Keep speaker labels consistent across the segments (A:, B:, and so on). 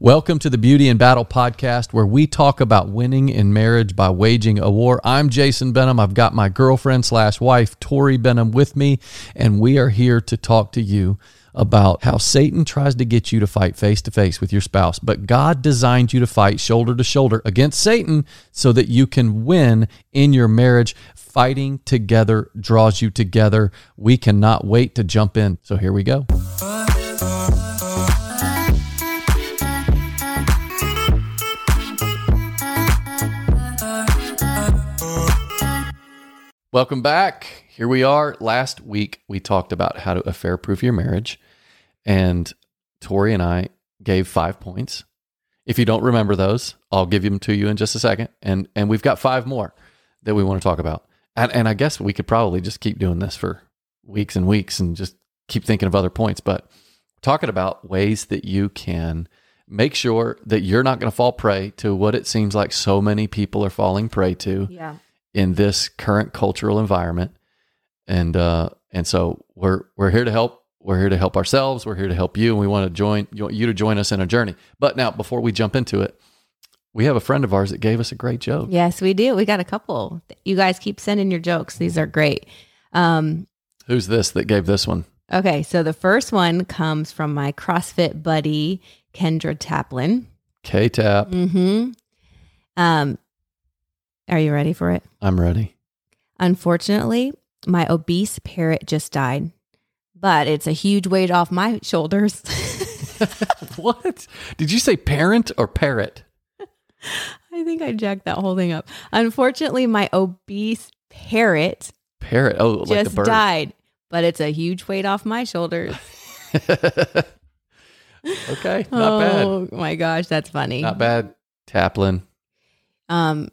A: Welcome to the Beauty and Battle podcast, where we talk about winning in marriage by waging a war. I'm Jason Benham. I've got my girlfriend slash wife, Tori Benham, with me, and we are here to talk to you about how Satan tries to get you to fight face to face with your spouse, but God designed you to fight shoulder to shoulder against Satan so that you can win in your marriage. Fighting together draws you together. We cannot wait to jump in. So here we go. Welcome back. Here we are. Last week we talked about how to affair proof your marriage, and Tori and I gave five points. If you don't remember those, I'll give them to you in just a second. And and we've got five more that we want to talk about. And and I guess we could probably just keep doing this for weeks and weeks and just keep thinking of other points. But talking about ways that you can make sure that you're not going to fall prey to what it seems like so many people are falling prey to
B: Yeah.
A: in this current cultural environment. And uh, and so we're we're here to help. We're here to help ourselves. We're here to help you, and we want to join you you to join us in a journey. But now, before we jump into it, we have a friend of ours that gave us a great joke.
B: Yes, we do. We got a couple. You guys keep sending your jokes. These are great. Um,
A: Who's this that gave this one?
B: okay, so the first one comes from my CrossFit buddy, Kendra Taplin.
A: K Tap.
B: Mm-hmm. Um, are you ready for it?
A: I'm ready.
B: Unfortunately, my obese parrot just died, but it's a huge weight off my shoulders.
A: what did you say? Parent or parrot?
B: I think I jacked that whole thing up. Unfortunately, my obese parrot
A: Parrot. Oh, like the
B: just
A: bird.
B: died, but it's a huge weight off my shoulders.
A: okay, not bad.
B: Oh my gosh, that's funny.
A: Not bad. Taplin.
B: Um,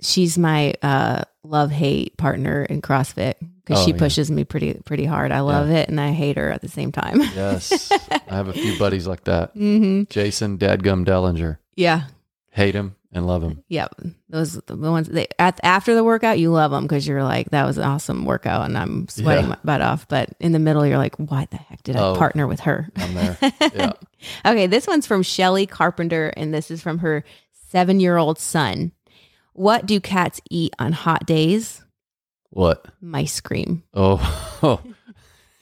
B: she's my uh love hate partner in CrossFit because
A: Oh,
B: she
A: yeah.
B: pushes me pretty pretty hard. I love it and I hate her at the same time.
A: Yes, I have a few buddies like that.
B: hmm
A: Jason Dadgum Dellinger.
B: Yeah,
A: Hate him and love him.
B: yep. Those are the ones they at, after the workout you love them because you're like that was an awesome workout and I'm sweating
A: Yeah.
B: my butt off. But in the middle you're like, why the heck did
A: Oh.
B: I partner with her?
A: I'm there. Yeah.
B: Okay, this one's from Shelly Carpenter, and this is from her seven year old son. What do cats eat on hot days?
A: What?
B: Mice cream.
A: Oh.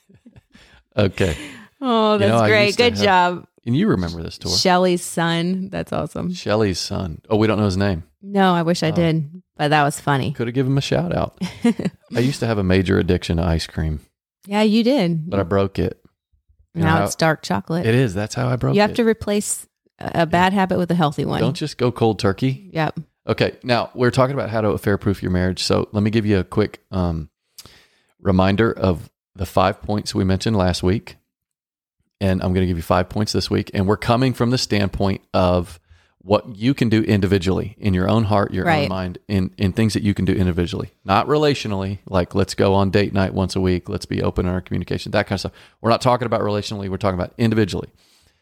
A: okay.
B: Oh,
A: You know,
B: that's
A: I
B: great.
A: used to
B: Good job.
A: And you remember this tour?
B: Shelly's son. That's awesome.
A: Shelly's son. Oh, we don't know his name.
B: No, I wish I
A: Oh.
B: did, but that was funny.
A: Could have given him a shout out. I used to have a major addiction to ice cream,
B: yeah, you did.
A: but I broke it. you know
B: now
A: how-
B: it's dark chocolate.
A: It is. That's how I broke
B: you have
A: it.
B: to replace a a bad habit with a healthy one.
A: Don't just go cold turkey.
B: Yep.
A: Okay. Now we're talking about how to affair proof your marriage. So let me give you a quick um, reminder of the five points we mentioned last week. And I'm going to give you five points this week. And we're coming from the standpoint of what you can do individually in your own heart, your own
B: Right.
A: mind, in, in things that you can do individually, not relationally. Like let's go on date night once a week. Let's be open in our communication, that kind of stuff. We're not talking about relationally. We're talking about individually.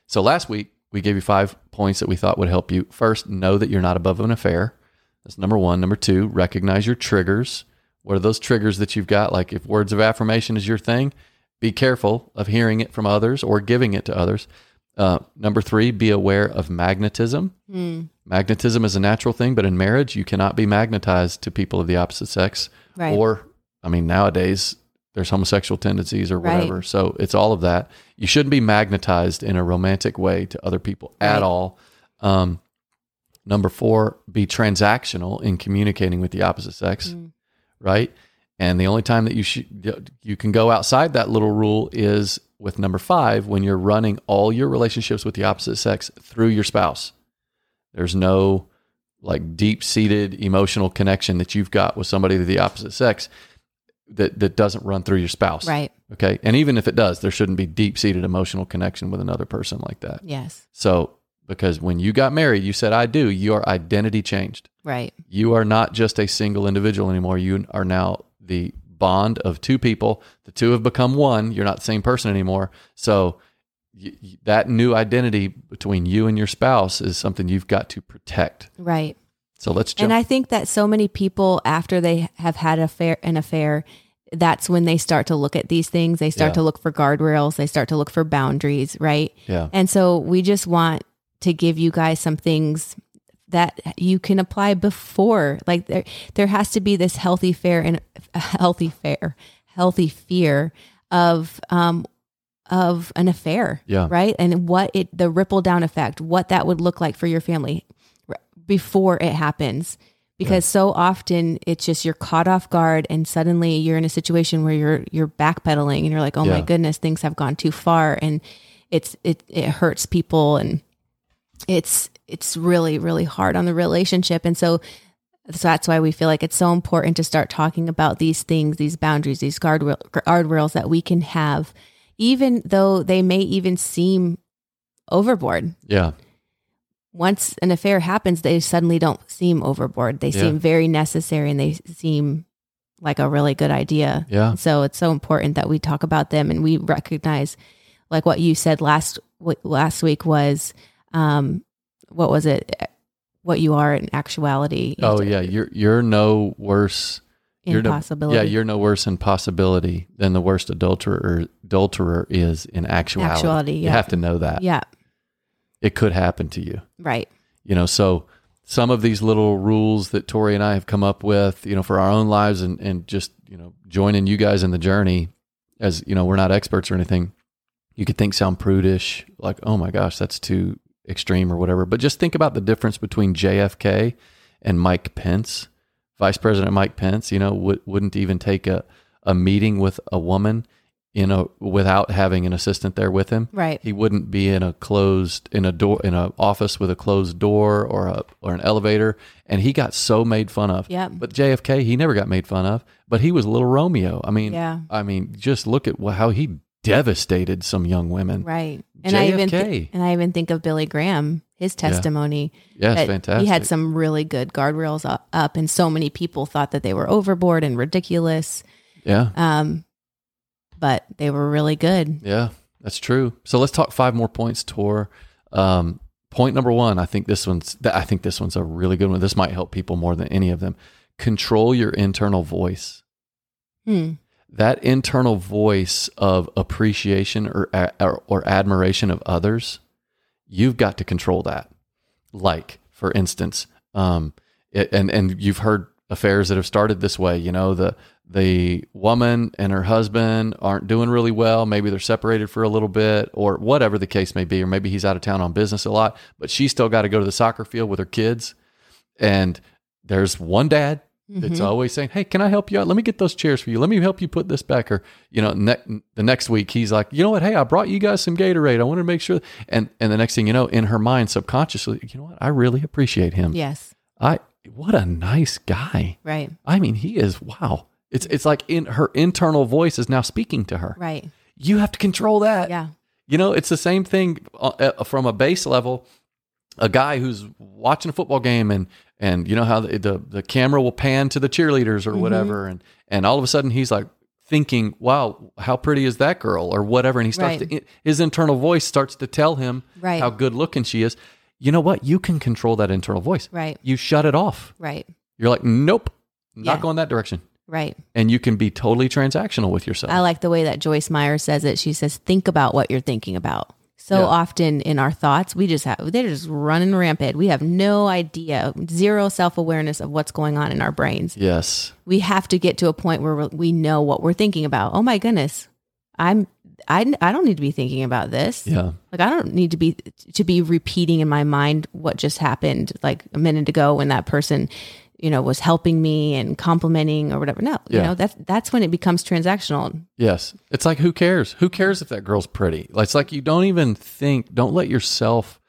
A: So last week, we gave you five points that we thought would help you. First, know that you're not above an affair. That's number one. Number two, recognize your triggers. What are those triggers that you've got? Like if words of affirmation is your thing, be careful of hearing it from others or giving it to others. Uh, number three, be aware of magnetism.
B: Mm,
A: Magnetism is a natural thing, but in marriage, you cannot be magnetized to people of the opposite sex.
B: right.
A: Or, I mean, nowadays there's homosexual tendencies or
B: Right.
A: whatever. So it's all of that. You shouldn't be magnetized in a romantic way to other people at
B: Right.
A: all. Um, number four, be transactional in communicating with the opposite sex,
B: Mm.
A: right? And the only time that you sh- you can go outside that little rule is with number five when you're running all your relationships with the opposite sex through your spouse. There's no like deep seated emotional connection that you've got with somebody of the opposite sex that that doesn't run through your spouse.
B: right.
A: Okay. And even if it does, there shouldn't be deep seated emotional connection with another person like that.
B: Yes.
A: So because when you got married, you said I do, your identity changed.
B: Right.
A: You are not just a single individual anymore. You are now the bond of two people. The two have become one. You're not the same person anymore. So y- y- that new identity between you and your spouse is something you've got to protect.
B: Right.
A: So let's jump
B: And I think that so many people, after they have had a fair, an affair, that's when they start to look at these things. They start
A: Yeah.
B: to look for guardrails. They start to look for boundaries, right?
A: Yeah.
B: And so we just want to give you guys some things that you can apply before. Like there, there has to be this healthy fair and a healthy fair, healthy fear of um of an affair,
A: Yeah.
B: right? And what it the ripple down effect, what that would look like for your family r- before it happens. Because so often it's just you're caught off guard, and suddenly you're in a situation where you're you're backpedaling, and you're like, oh my
A: Yeah.
B: goodness, things have gone too far, and it's it it hurts people, and it's it's really really hard on the relationship and so so that's why we feel like it's so important to start talking about these things these boundaries these guardrail, guardrails that we can have even though they may even seem overboard
A: Yeah.
B: once an affair happens they suddenly don't seem overboard they
A: Yeah.
B: seem very necessary and they seem like a really good idea
A: Yeah.
B: so it's so important that we talk about them and we recognize, like what you said last w- last week was, um, what was it? eh, What you are in actuality?
A: Oh yeah. You're you're no worse. You're no,
B: impossibility.
A: yeah, you're no worse in possibility than the worst adulterer adulterer is in actuality.
B: Actuality,
A: You
B: yeah.
A: have to know that.
B: yeah,
A: It could happen to you.
B: right,
A: you know so some of these little rules that tori and i have come up with you know for our own lives and and just you know joining you guys in the journey as you know we're not experts or anything you could think sound prudish like oh my gosh that's too extreme or whatever but just think about the difference between jfk and mike pence vice president mike pence you know would wouldn't even take a, a meeting with a woman you know without having an assistant there with him
B: right,
A: he wouldn't be in a closed in a door in an office with a closed door or a or an elevator and he got so made fun of
B: Yep.
A: but jfk he never got made fun of but he was little romeo i mean
B: Yeah.
A: i mean just look at wh- how he devastated some young women
B: right. And I even thi-
A: JFK.
B: and I even think of Billy Graham, his testimony.
A: yeah it's
B: that
A: fantastic
B: He had some really good guardrails u- up, and so many people thought that they were overboard and ridiculous,
A: yeah
B: um, but they were really good.
A: yeah that's true so let's talk five more points tor um point number one i think this one's th- i think this one's a really good one this might help people more than any of them control your internal voice
B: Hmm.
A: that internal voice of appreciation or, or or admiration of others, you've got to control that. Like, for instance, um, it- and and you've heard affairs that have started this way. You know, the the woman and her husband aren't doing really well. Maybe they're separated for a little bit, or whatever the case may be. Or maybe he's out of town on business a lot, but she's still got to go to the soccer field with her kids. And there's one dad that's always saying, "Hey, can I help you out? Let me get those chairs for you. Let me help you put this back." Or you know, ne- the next week he's like, "You know what? Hey, I brought you guys some Gatorade. I wanted to make sure." And and the next thing you know, in her mind, subconsciously, you know what? I really appreciate him.
B: Yes,
A: I what a nice guy.
B: right,
A: I mean, he is wow. It's it's like in her internal voice is now speaking to her.
B: right.
A: You have to control that.
B: Yeah,
A: You know, it's the same thing uh, uh, from a base level. A guy who's watching a football game and and you know how the the, the camera will pan to the cheerleaders or
B: Mm-hmm.
A: whatever, and and all of a sudden he's like thinking, "Wow, how pretty is that girl?" or whatever, and he starts
B: Right.
A: to his internal voice starts to tell him
B: Right.
A: how good looking she is. You know what? You can control that internal voice.
B: right,
A: You shut it off.
B: right,
A: You're like, "Nope, not
B: Yeah.
A: going that direction,"
B: right.
A: and you can be totally transactional with yourself.
B: I like the way that Joyce Meyer says it. She says, think about what you're thinking about. So
A: Yeah.
B: often in our thoughts, we just have, they're just running rampant. We have no idea, zero self awareness of what's going on in our brains.
A: yes.
B: We have to get to a point where we know what we're thinking about. Oh my goodness. I'm, I, I don't need to be thinking about this.
A: Yeah.
B: Like I don't need to be to be repeating in my mind what just happened like a minute ago when that person, you know, was helping me and complimenting or whatever. No,
A: Yeah.
B: you know, that's that's when it becomes transactional.
A: Yes. It's like, who cares? Who cares if that girl's pretty? Like, It's like you don't even think, don't let yourself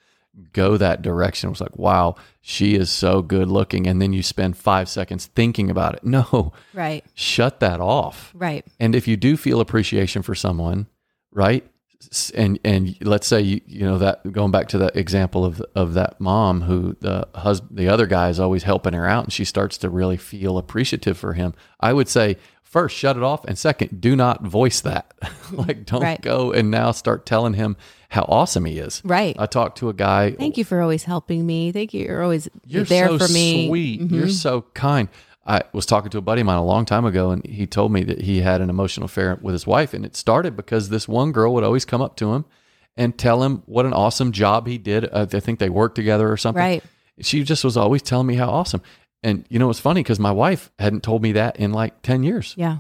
A: go that direction. It's like, wow, she is so good looking. And then you spend five seconds thinking about it. No,
B: Right.
A: shut that off.
B: Right.
A: And if you do feel appreciation for someone, right? S- And and let's say you you know that going back to that example of of that mom who the husband the other guy is always helping her out and she starts to really feel appreciative for him. I would say first shut it off and second do not voice that like don't
B: Right.
A: go and now start telling him how awesome he is.
B: Right.
A: I talked to a guy.
B: Thank you for always helping me. Thank you. You're always
A: You're
B: there
A: so
B: for me. Mm-hmm.
A: Sweet. You're so kind. I was talking to a buddy of mine a long time ago, and he told me that he had an emotional affair with his wife, and it started because this one girl would always come up to him and tell him what an awesome job he did. Uh, I think they worked together or something.
B: Right.
A: She just was always telling me how awesome. And you know, it's funny because my wife hadn't told me that in like 10 years.
B: Yeah.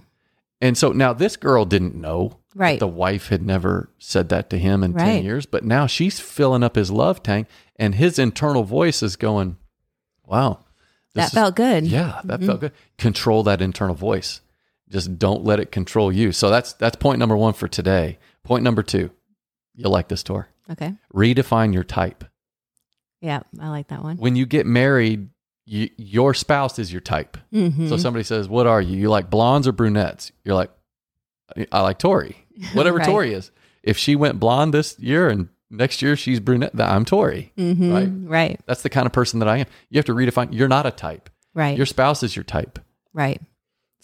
A: And so now this girl didn't know. that
B: Right.
A: The wife had never said that to him in 10
B: Right.
A: years, but now she's filling up his love tank and his internal voice is going, wow.
B: That
A: this is-
B: felt good. Mm-hmm.
A: yeah, that felt good. Control that internal voice. Just don't let it control you. So that's that's point number one for today. Point number two, you'll like this tour.
B: Okay.
A: Redefine your type.
B: Yeah. I like that one.
A: When you get married, you, your spouse is your type.
B: Mm-hmm.
A: So somebody says, "What are you? You like blondes or brunettes?" You're like, "I- "I like Tori, whatever
B: Right.
A: Tori is." If she went blonde this year and next year she's brunette, then I'm Tori.
B: mm-hmm.
A: right.
B: Right. Right.
A: That's the kind of person that I am. You have to redefine. You're not a type.
B: Right.
A: Your spouse is your type.
B: right.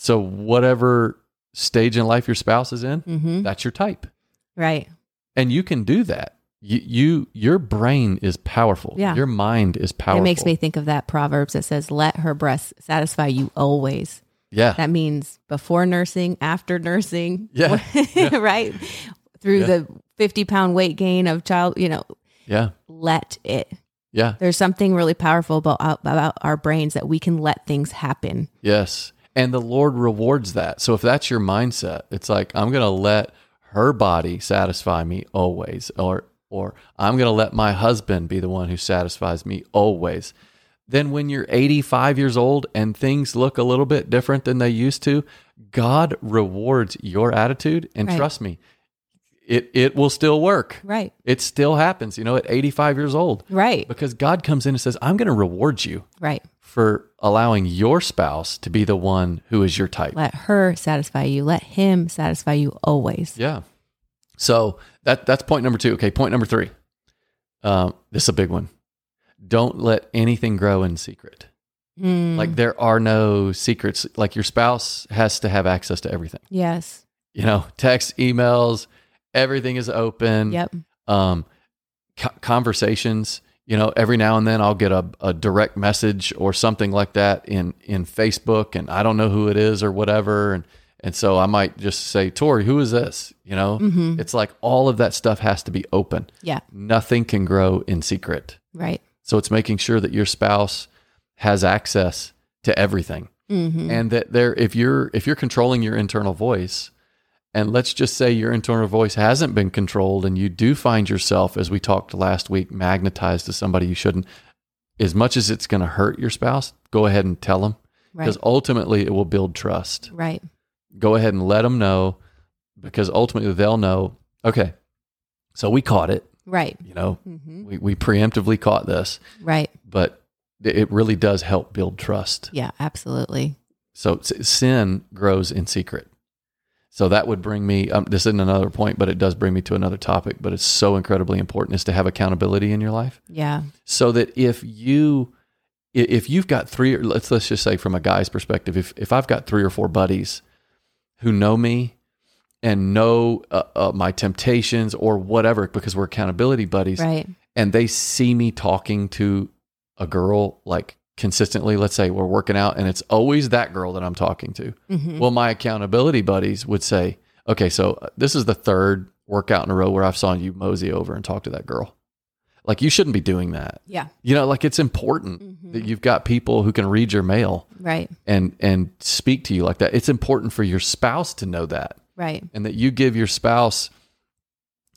A: So whatever stage in life your spouse is in,
B: Mm-hmm.
A: that's your type.
B: Right.
A: And you can do that. You, you your brain is powerful.
B: Yeah.
A: Your mind is powerful.
B: It makes me think of that proverbs that says, "Let her breasts satisfy you always."
A: Yeah.
B: That means before nursing, after nursing,
A: Yeah.
B: right? Through
A: Yeah.
B: the fifty-pound weight gain of child, you know,
A: yeah.
B: let it.
A: Yeah.
B: There's something really powerful about about our brains that we can let things happen.
A: Yes. And the Lord rewards that. So if that's your mindset, it's like I'm going to let her body satisfy me always or or I'm going to let my husband be the one who satisfies me always. Then when you're 85 years old and things look a little bit different than they used to, God rewards your attitude and
B: Right.
A: trust me, it it will still work.
B: Right.
A: It still happens, you know, at 85 years old
B: Right.
A: because God comes in and says, "I'm going to reward you."
B: Right.
A: for allowing your spouse to be the one who is your type.
B: Let her satisfy you. Let him satisfy you always.
A: Yeah. So that that's point number two. Okay, point number three. Um, this is a big one. Don't let anything grow in secret.
B: Mm,
A: Like there are no secrets. Like your spouse has to have access to everything.
B: yes.
A: You know, text, emails, everything is open.
B: Yep.
A: um, co- conversations. You know, every now and then I'll get a, a direct message or something like that in in Facebook, and I don't know who it is or whatever, and and so I might just say, Tori, who is this? You know,
B: Mhm.
A: it's like all of that stuff has to be open.
B: Yeah.
A: Nothing can grow in secret.
B: Right.
A: So it's making sure that your spouse has access to everything
B: Mm-hmm.
A: and that there if you're if you're controlling your internal voice and let's just say your internal voice hasn't been controlled and you do find yourself as we talked last week magnetized to somebody you shouldn't as much as it's going to hurt your spouse go ahead and tell them
B: Right.
A: because ultimately it will build trust
B: Right.
A: go ahead and let them know because ultimately they'll know okay so we caught it
B: Right.
A: you know
B: Mm-hmm.
A: we, we preemptively caught this
B: Right.
A: but it really does help build trust
B: Yeah. Absolutely.
A: So s- sin grows in secret. So that would bring me. Um, this isn't another point, but it does bring me to another topic. But it's so incredibly important is to have accountability in your life,
B: Yeah.
A: so that if you i- if you've got three, or let's let's just say from a guy's perspective, if if I've got three or four buddies who know me and know uh, uh, my temptations or whatever, because we're accountability buddies,
B: Right.
A: and they see me talking to a girl like consistently, let's say we're working out and it's always that girl that I'm talking to.
B: Mm-hmm.
A: Well, my accountability buddies would say, okay, so uh, this is the third workout in a row where I've saw you mosey over and talk to that girl. Like, you shouldn't be doing that.
B: Yeah.
A: You know, like it's important that you've got people who can read your mail
B: Right.
A: and and speak to you like that. It's important for your spouse to know that
B: Right.
A: and that you give your spouse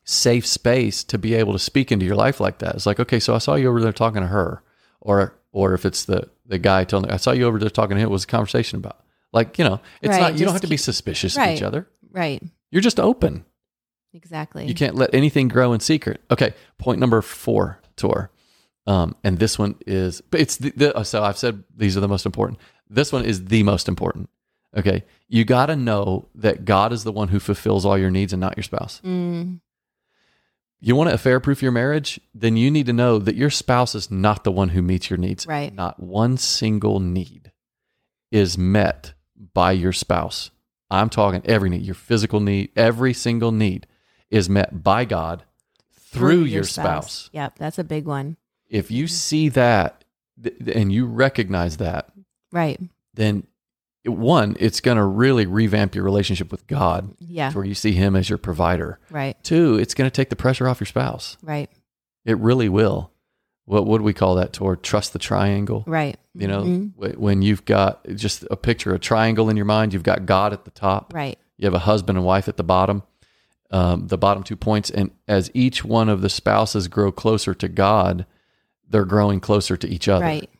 A: safe space to be able to speak into your life like that. It's like, okay, so I saw you over there talking to her, or or if it's the the guy telling, I saw you over there talking to him. What was the conversation about? Like, you know, it's
B: Right,
A: not. You don't
B: just
A: have to be suspicious of each
B: right.
A: other.
B: Right.
A: You're just open.
B: Exactly.
A: You can't let anything grow in secret. Okay, point number four, Tor. Um, and this one is, but it's the, the, so I've said these are the most important. This one is the most important. Okay, you got to know that God is the one who fulfills all your needs and not your spouse.
B: Mm,
A: You want to affair proof your marriage? Then you need to know that your spouse is not the one who meets your needs.
B: Right.
A: Not one single need is met by your spouse. I'm talking every need, your physical need, every single need is met by God through, your, spouse. Mm-hmm.
B: Yep. That's a big one.
A: If you see that th- and you recognize that,
B: Right.
A: then one, it's going to really revamp your relationship with God
B: Yeah.
A: to where you see Him as your provider.
B: Right.
A: Two, it's going to take the pressure off your spouse.
B: Right.
A: It really will. What would we call that, Tor? Trust the triangle.
B: Right.
A: You know,
B: Mhm.
A: wh- when you've got just a picture, a triangle in your mind, you've got God at the top,
B: Right.
A: you have a husband and wife at the bottom, um, the bottom two points. And as each one of the spouses grow closer to God, they're growing closer to each other.
B: Right.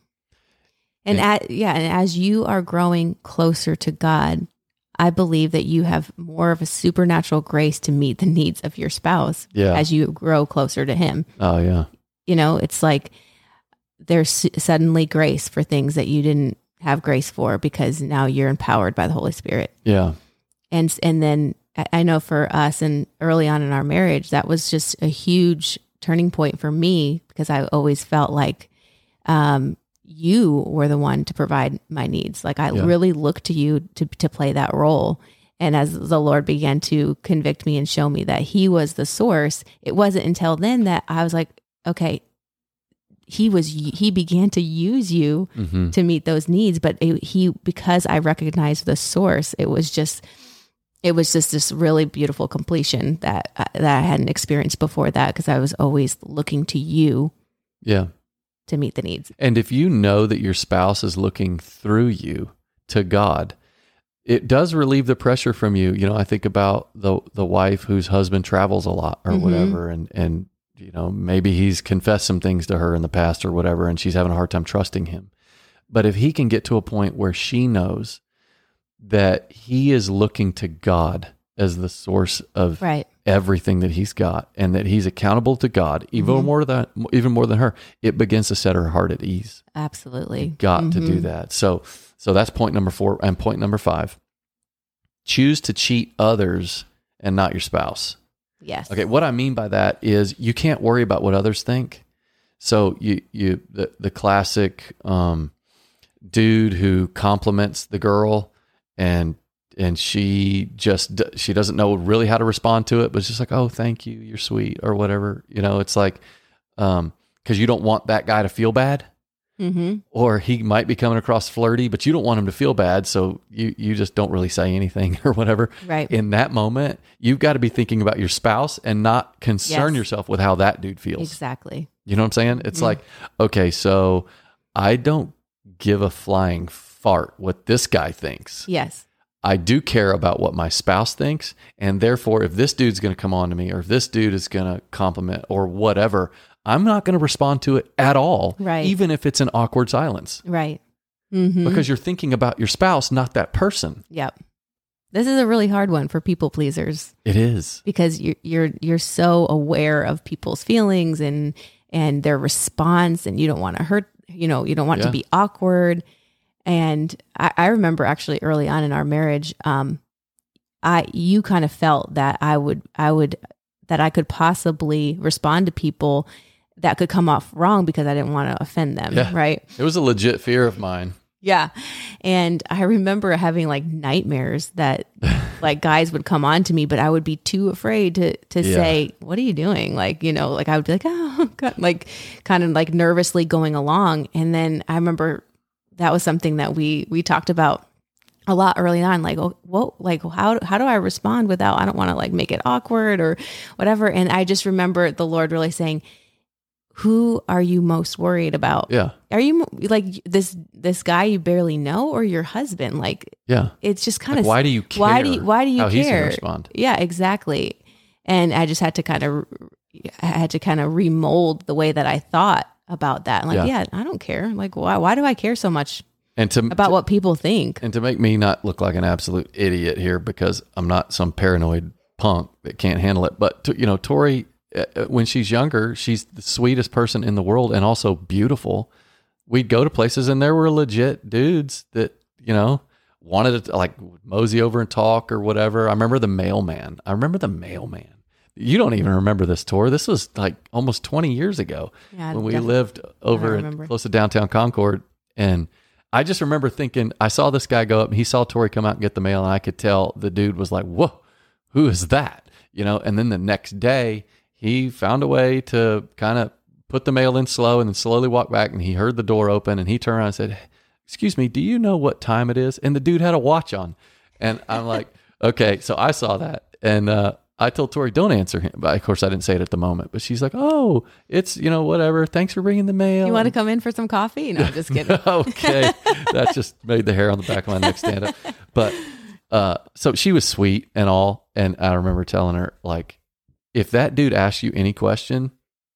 B: And a yeah, and as you are growing closer to God, I believe that you have more of a supernatural grace to meet the needs of your spouse
A: Yeah.
B: as you grow closer to Him.
A: oh, yeah.
B: You know, it's like there's su- suddenly grace for things that you didn't have grace for because now you're empowered by the Holy Spirit.
A: Yeah.
B: and and then I- I know for us and early on in our marriage, that was just a huge turning point for me because I always felt like um, you were the one to provide my needs. Like I
A: Yeah.
B: really looked to you to to play that role. And as the Lord began to convict me and show me that He was the source, it wasn't until then that I was like, okay, He was He began to use you
A: hmm
B: to meet those needs but it, he because i recognized the source it was just it was just this really beautiful completion that uh, that i hadn't experienced before that because i was always looking to you
A: Yeah.
B: to meet the needs
A: And if you know that your spouse is looking through you to God, it does relieve the pressure from you. You know, I think about the the wife whose husband travels a lot or
B: Mhm.
A: whatever and and you know, maybe he's confessed some things to her in the past or whatever and she's having a hard time trusting him. But if he can get to a point where she knows that he is looking to God as the source of
B: right
A: everything that he's got and that he's accountable to God even
B: Mhm.
A: more than even more than her, it begins to set her heart at ease
B: absolutely
A: got to do
B: Mhm.
A: that. So so that's point number 4 and point number 5. Choose to cheat others and not your spouse.
B: yes
A: Okay, what I mean by that is you can't worry about what others think. So you you the the classic um dude who compliments the girl and and she just d- she doesn't know really how to respond to it but it's just like oh thank you you're sweet or whatever you know it's like um because you don't want that guy to feel bad
B: mm-hmm.
A: or he might be coming across flirty, but you don't want him to feel bad, so you you just don't really say anything or whatever.
B: right
A: In that moment, you've got to be thinking about your spouse and not concern
B: Yes.
A: yourself with how that dude feels.
B: exactly
A: You know what I'm saying? It's
B: Mhm.
A: like, okay, so I don't give a flying fart what this guy thinks.
B: yes
A: I do care about what my spouse thinks. And therefore, if this dude's going to come on to me or if this dude is going to compliment or whatever, I'm not going to respond to it at all,
B: Right.
A: even if it's an awkward silence
B: right mm-hmm.
A: because you're thinking about your spouse, not that person.
B: yep this is a really hard one for people pleasers
A: It is.
B: because you're you're you're so aware of people's feelings and and their response and you don't want to hurt you know you don't want
A: Yeah.
B: to be awkward and I, I remember actually early on in our marriage um i you kind of felt that i would i would that i could possibly respond to people that could come off wrong because i didn't want to offend them
A: Yeah.
B: right
A: It was a legit fear of mine.
B: yeah. And I remember having like nightmares that like guys would come on to me, but I would be too afraid to to
A: Yeah.
B: say, What are you doing? Like, you know, like I would be like, Oh God like kind of like nervously going along. And then I remember that was something that we we talked about a lot early on like oh, whoa like how how do i respond without i don't want to like make it awkward or whatever and i just remember the lord really saying who are you most worried about
A: Yeah.
B: are you like this this guy you barely know or your husband like
A: Yeah.
B: it's just kind
A: Like,
B: of
A: why do you care?
B: why do you- why do you
A: how he's gonna
B: care?
A: respond?
B: yeah exactly and i just had to kind of i had to kind of remold the way that i thought about that I'm like
A: Yeah.
B: yeah. i don't care like why why do i care so much
A: And to
B: about what people think
A: and to make me not look like an absolute idiot here because I'm not some paranoid punk that can't handle it. But to, you know, Tori, uh, uh, when she's younger, she's the sweetest person in the world and also beautiful. We'd go to places and there were legit dudes that you know wanted to like mosey over and talk or whatever. I remember the mailman. I remember the mailman. You don't even remember this tour. This was like almost 20 years ago
B: yeah
A: when we
B: def-
A: lived over in,
B: remember.
A: close to downtown Concord. And I just remember thinking, I saw this guy go up and he saw Tori come out and get the mail. And I could tell the dude was like, whoa, who is that? You know, and then the next day he found a way to kind of put the mail in slow and then slowly walk back. And he heard the door open and he turned around and said, excuse me, do you know what time it is? And the dude had a watch on. And I'm like, okay. So I saw that. And uh, I told Tori, don't answer him. But of course, I didn't say it at the moment. But she's like, oh, it's, you know, whatever. Thanks for bringing the mail.
B: You want to come in for some coffee? No, I'm just kidding.
A: okay. That just made the hair on the back of my neck stand up. But uh, so she was sweet and all. And I remember telling her, like, if that dude asks you any question,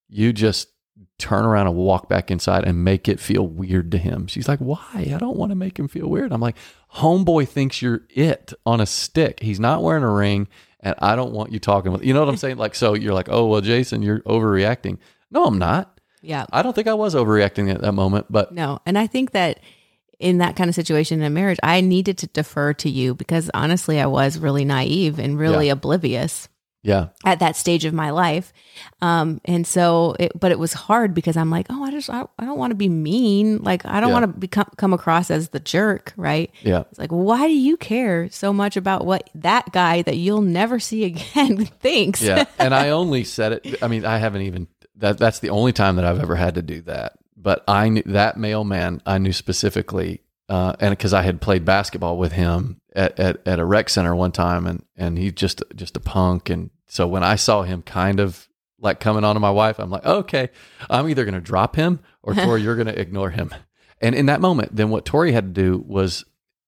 A: you just turn around and walk back inside and make it feel weird to him. She's like, why? I don't want to make him feel weird. I'm like, homeboy thinks you're it on a stick. He's not wearing a ring. And I don't want you talking with, you know what I'm saying? Like, so you're like, oh, well, Jason, you're overreacting. No, I'm not.
B: Yeah.
A: I don't think I was overreacting at that moment, but
B: No. And I think that in that kind of situation in a marriage, I needed to defer to you because honestly, I was really naive and really oblivious
A: yeah,
B: at that stage of my life. Um, and so, it, but it was hard because I'm like, oh, I just, I, I don't want to be mean. Like, I don't
A: Yeah.
B: want to become come across as the jerk, right?
A: yeah,
B: It's like, why do you care so much about what that guy that you'll never see again thinks?
A: yeah. and I only said it. I mean, I haven't even that. That's the only time that I've ever had to do that. But I knew that mailman. I knew specifically, uh, and because I had played basketball with him at, at at a rec center one time, and and he just just a punk. And so when I saw him, kind of like coming on to my wife, I'm like, okay, I'm either going to drop him or Tori, you're going to ignore him. And in that moment, then what Tori had to do was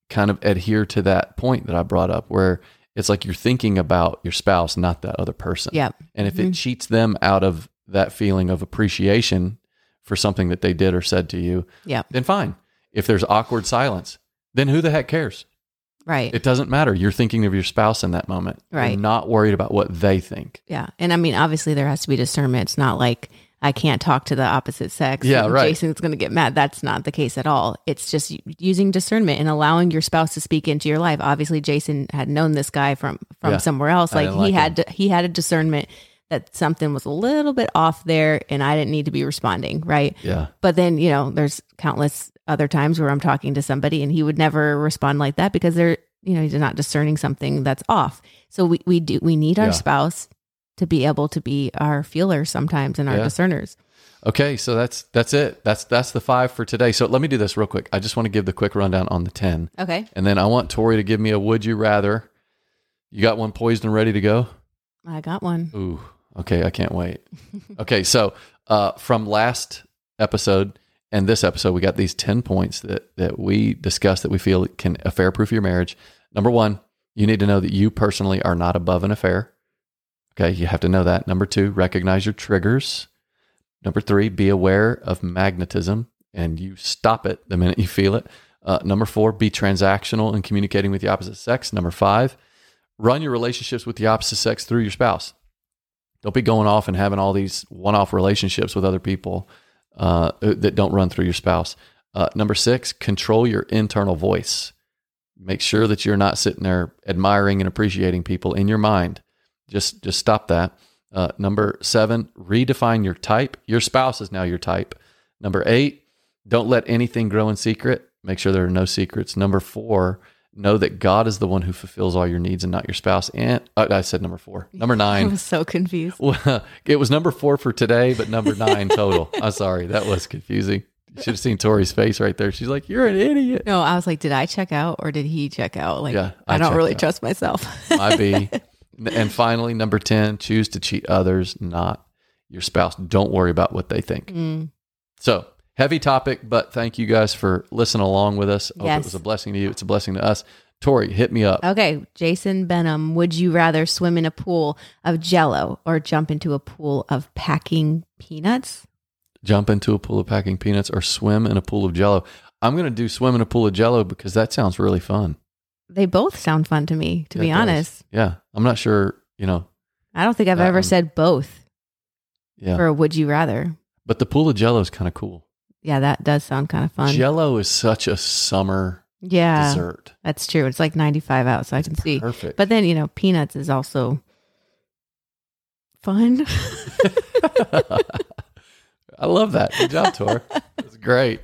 A: kind of adhere to that point that I brought up where it's like you're thinking about your spouse, not that other person.
B: Yeah. Mm-hmm.
A: And if it cheats them out of that feeling of appreciation for something that they did or said to you,
B: Yeah.
A: then fine. If there's awkward silence, then who the heck cares?
B: Right.
A: It doesn't matter. You're thinking of your spouse in that moment.
B: Right.
A: You're not worried about what they think.
B: Yeah. And I mean, obviously there has to be discernment. It's not like I can't talk to the opposite sex.
A: Yeah,
B: and
A: right.
B: Jason's going to get mad. That's not the case at all. It's just u- using discernment and allowing your spouse to speak into your life. Obviously, Jason had known this guy from from
A: Yeah.
B: somewhere else.
A: I
B: Like he
A: didn't like
B: had to, he had a discernment that something was a little bit off there, and I didn't need to be responding. Right.
A: Yeah.
B: But then, you know, there's countless other times where I'm talking to somebody and he would never respond like that because they're, you know, he's not discerning something that's off. So we, we do, we need our
A: Yeah.
B: spouse to be able to be our feelers sometimes and our
A: Yeah.
B: discerners.
A: Okay, so that's that's it. That's that's the five for today. So let me do this real quick. I just want to give the quick rundown on the ten.
B: Okay.
A: And then I want Tori to give me a would you rather. You got one poised and ready to go?
B: I got one.
A: Ooh, okay. I can't wait. okay. So, uh, from last episode and this episode, we got these 10 points that, that we discussed that we feel can affair proof your marriage. Number one, you need to know that you personally are not above an affair. Okay. You have to know that. Number two, recognize your triggers. Number three, be aware of magnetism and you stop it the minute you feel it. Uh, number four, be transactional in communicating with the opposite sex. Number five, run your relationships with the opposite sex through your spouse. Don't be going off and having all these one off relationships with other people uh, that don't run through your spouse. Uh, number six, control your internal voice. Make sure that you're not sitting there admiring and appreciating people in your mind. Just, just stop that. Uh, number seven, redefine your type. Your spouse is now your type. Number eight, don't let anything grow in secret. Make sure there are no secrets. Number four, know that God is the one who fulfills all your needs and not your spouse. And uh, I said number four. Number
B: I
A: nine,
B: was so confused.
A: well, it was number four for today, but number nine total. I'm sorry, that was confusing. You should have seen Tori's face right there. She's like, "You're an idiot."
B: No, I was like, did I check out or did he check out? Like,
A: Yeah,
B: I,
A: I
B: don't
A: checked
B: really
A: out.
B: trust myself.
A: My B. And finally, number ten: choose to cheat others, not your spouse. Don't worry about what they think.
B: Mm.
A: So heavy topic, but thank you guys for listening along with us. Hope
B: Yes. Oh.
A: it was a blessing to you. It's a blessing to us. Tori, hit me up.
B: Okay. Jason Benham, would you rather swim in a pool of jello or jump into a pool of packing peanuts?
A: Jump into a pool of packing peanuts or swim in a pool of jello. I'm going to do swim in a pool of jello because that sounds really fun.
B: They both sound fun to me, to
A: It
B: be
A: does.
B: honest.
A: Yeah. I'm not sure, you know,
B: I don't think I've
A: That
B: ever
A: one.
B: said both
A: yeah.
B: or would you rather.
A: But the pool of jello is kind of cool.
B: Yeah, that does sound kind of fun.
A: Jello is such a summer
B: yeah,
A: dessert.
B: that's true. It's like 95 out, so I can see.
A: Perfect.
B: But then, you know, peanuts is also fun.
A: I love that. Good job, Tor. That's great.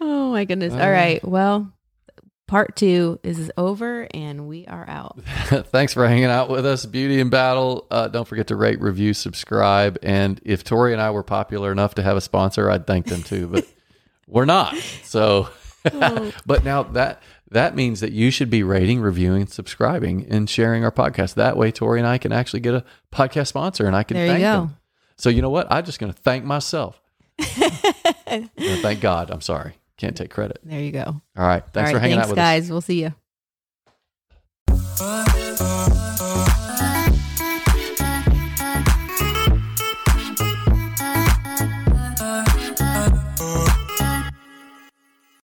B: oh my goodness.
A: Uh.
B: All right. Well, part two is over and we are out.
A: Thanks for hanging out with us, Beauty in Battle. Uh, don't forget to rate, review, subscribe. And if Tori and I were popular enough to have a sponsor, I'd thank them too. But we're not. So
B: Oh.
A: But now that that means that you should be rating, reviewing, subscribing, and sharing our podcast. That way, Tori and I can actually get a podcast sponsor, and I can
B: There you
A: thank
B: go.
A: them. So you know what? I'm just going to thank myself. I'm gonna thank God. I'm sorry, can't take credit.
B: there you go.
A: All right, thanks
B: All right,
A: for hanging
B: thanks,
A: out with us.
B: guys. We'll see you.